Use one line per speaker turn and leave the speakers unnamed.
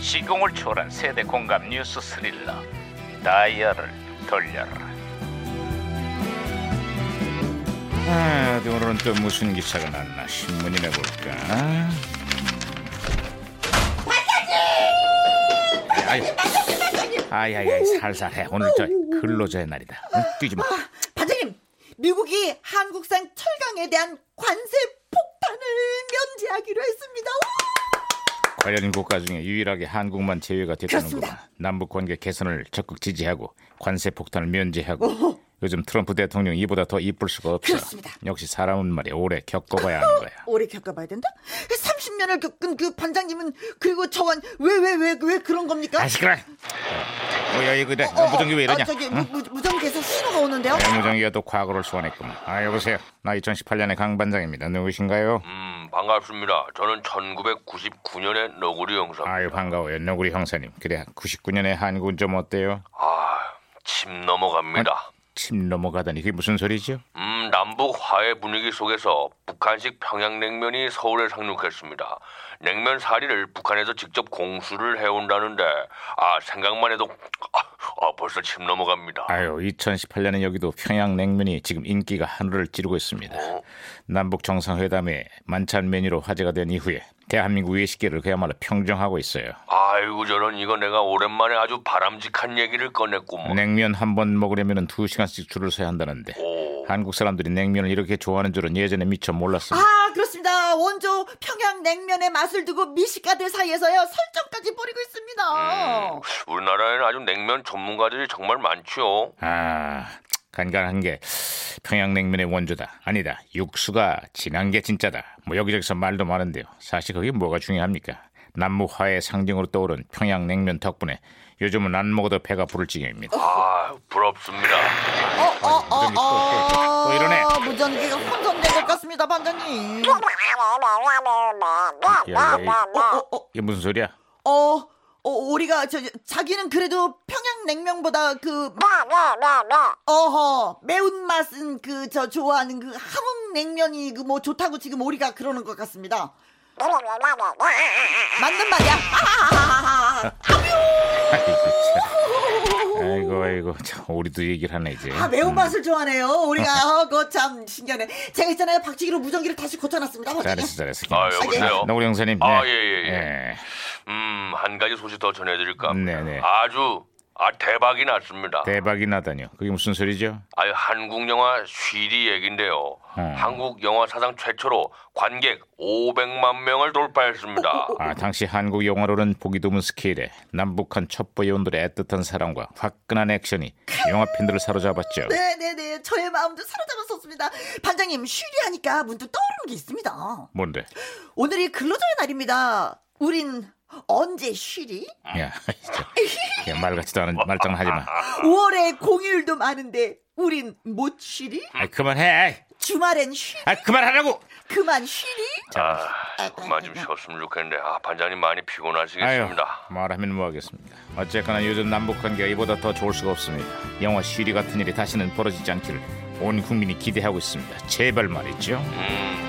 시공을 초월한 세대 공감 뉴스 스릴러 다이얼을 돌려라 아, 어디 오늘은 또 무슨 기사가 났나 신문이나 볼까 반장님 아야야 살살해 오늘 저 근로자의 날이다 응, 뛰지 마
아, 반장님, 미국이 한국산 철강에 대한 관세 폭탄을 면제하기로 했습니다. 우!
관련 국가 중에 유일하게 한국만 제외가 됐다는구만.
그렇습니다.
남북 관계 개선을 적극 지지하고 관세 폭탄을 면제하고 요즘 트럼프 대통령 이보다 더 이쁠 수가 없어.
그렇습니다. 아.
역시 사람은 말이야 오래 겪어봐야 하는 거야.
오래 겪어봐야 된다? 30년을 겪은 그 반장님은 그리고 저원 왜 왜 왜 왜 그런 겁니까?
아 시끄러. 어, 뭐야 이거 내
어, 어,
무전기 왜 이러냐?
아, 저기
응? 네.
무, 무전기에서 신호가 오는데요.
무전기가 또 과거를 소환했구만. 아 여보세요. 나 2018년의 강 반장입니다. 누구신가요?
음, 반갑습니다. 저는 1999년의 너구리 형사.
아유 반가워요. 너구리 형사님. 그래 99년의 한국은 좀 어때요?
아, 침 넘어갑니다.
침 넘어가다니 그게 무슨 소리죠?
음, 남북 화해 분위기 속에서 북한식 평양냉면이 서울에 상륙했습니다. 냉면 사리를 북한에서 직접 공수를 해온다는데, 아, 생각만 해도 아, 아, 벌써 침 넘어갑니다.
아유, 2018년에 여기도 평양 냉면이 지금 인기가 하늘을 찌르고 있습니다. 남북 정상회담에 만찬 메뉴로 화제가 된 이후에 대한민국 외식계를 그야말로 평정하고 있어요.
아이고 저런 이거 내가 오랜만에 아주 바람직한 얘기를 뭐. 꺼냈구먼.
냉면 한 번 먹으려면 두 시간씩 줄을 서야 한다는데
오.
한국 사람들이 냉면을 이렇게 좋아하는 줄은 예전에 미처 몰랐습니다.
아 그렇습니다. 원조 평양 냉면의 맛을 두고 미식가들 사이에서요 설정까지 벌이고 있습니다.
음,
우리나라에는 아주 냉면 전문가들이 정말 많지요.
아, 간간한 게 평양 냉면의 원조다. 아니다. 육수가 진한 게 진짜다. 뭐 여기저기서 말도 많은데요. 사실 그게 뭐가 중요합니까? 남북 화해 상징으로 떠오른 평양 냉면 덕분에 요즘은 안 먹어도 배가 부를 지경입니다.
아, 부럽습니다.
어어어 어,
무전기 또, 또, 또 이러네.
무전기가 혼선된 것 같습니다, 반장님.
야,
어, 어,
이게 무슨 소리야?
어, 어, 오리가 저, 저, 자기는 그래도 평양냉면보다 그 어허 매운맛은 그 저 좋아하는 그 함흥냉면이 그 뭐 좋다고 지금 오리가 그러는 것 같습니다. 맞는 말이야. 아하하하하.
아이고, 참. 아이고, 아이고, 참, 우리도 얘기를 하네 이제.
아 매운맛을 좋아하네요. 오리가 어, 그참 신기하네. 제가 있잖아요 박치기로 무전기를 다시 고쳐놨습니다.
잘했어, 잘했어.
아, 여보세요?
노구리 형사님.
아,
네.
예, 예, 예.
예.
음, 한 가지 소식 더 전해드릴까 합니다.
네네.
아주 아 대박이 났습니다.
대박이 나다니요. 그게 무슨 소리죠?
아유 한국 영화 쉬리 얘긴데요.
어.
한국 영화 사상 최초로 관객 500만 명을 돌파했습니다.
아, 당시 한국 영화로는 보기 드문 스케일에 남북한 첩보 요원들의 애틋한 사랑과 화끈한 액션이 영화 팬들을 사로잡았죠.
네네네 저의 마음도 사로잡았었습니다. 반장님 쉬리하니까 문득 떠오르는 게 있습니다.
뭔데?
오늘이 근로자의 날입니다. 우린 언제 쉬리?
야, 진짜. 야, 말 같지도 않은 말장난하지 마.
5월에 공휴일도 많은데 우린 못 쉬리?
아, 그만해.
주말엔 쉬리?
아, 그만하라고.
그만 쉬리?
아, 그만 좀 쉬었으면 좋겠는데 아 반장님 많이
아유,
피곤하시겠습니다.
말하면 뭐하겠습니까? 어쨌거나 요즘 남북 관계가 이보다 더 좋을 수가 없습니다. 영화 시리 같은 일이 다시는 벌어지지 않기를 온 국민이 기대하고 있습니다. 제발 말이죠.
음.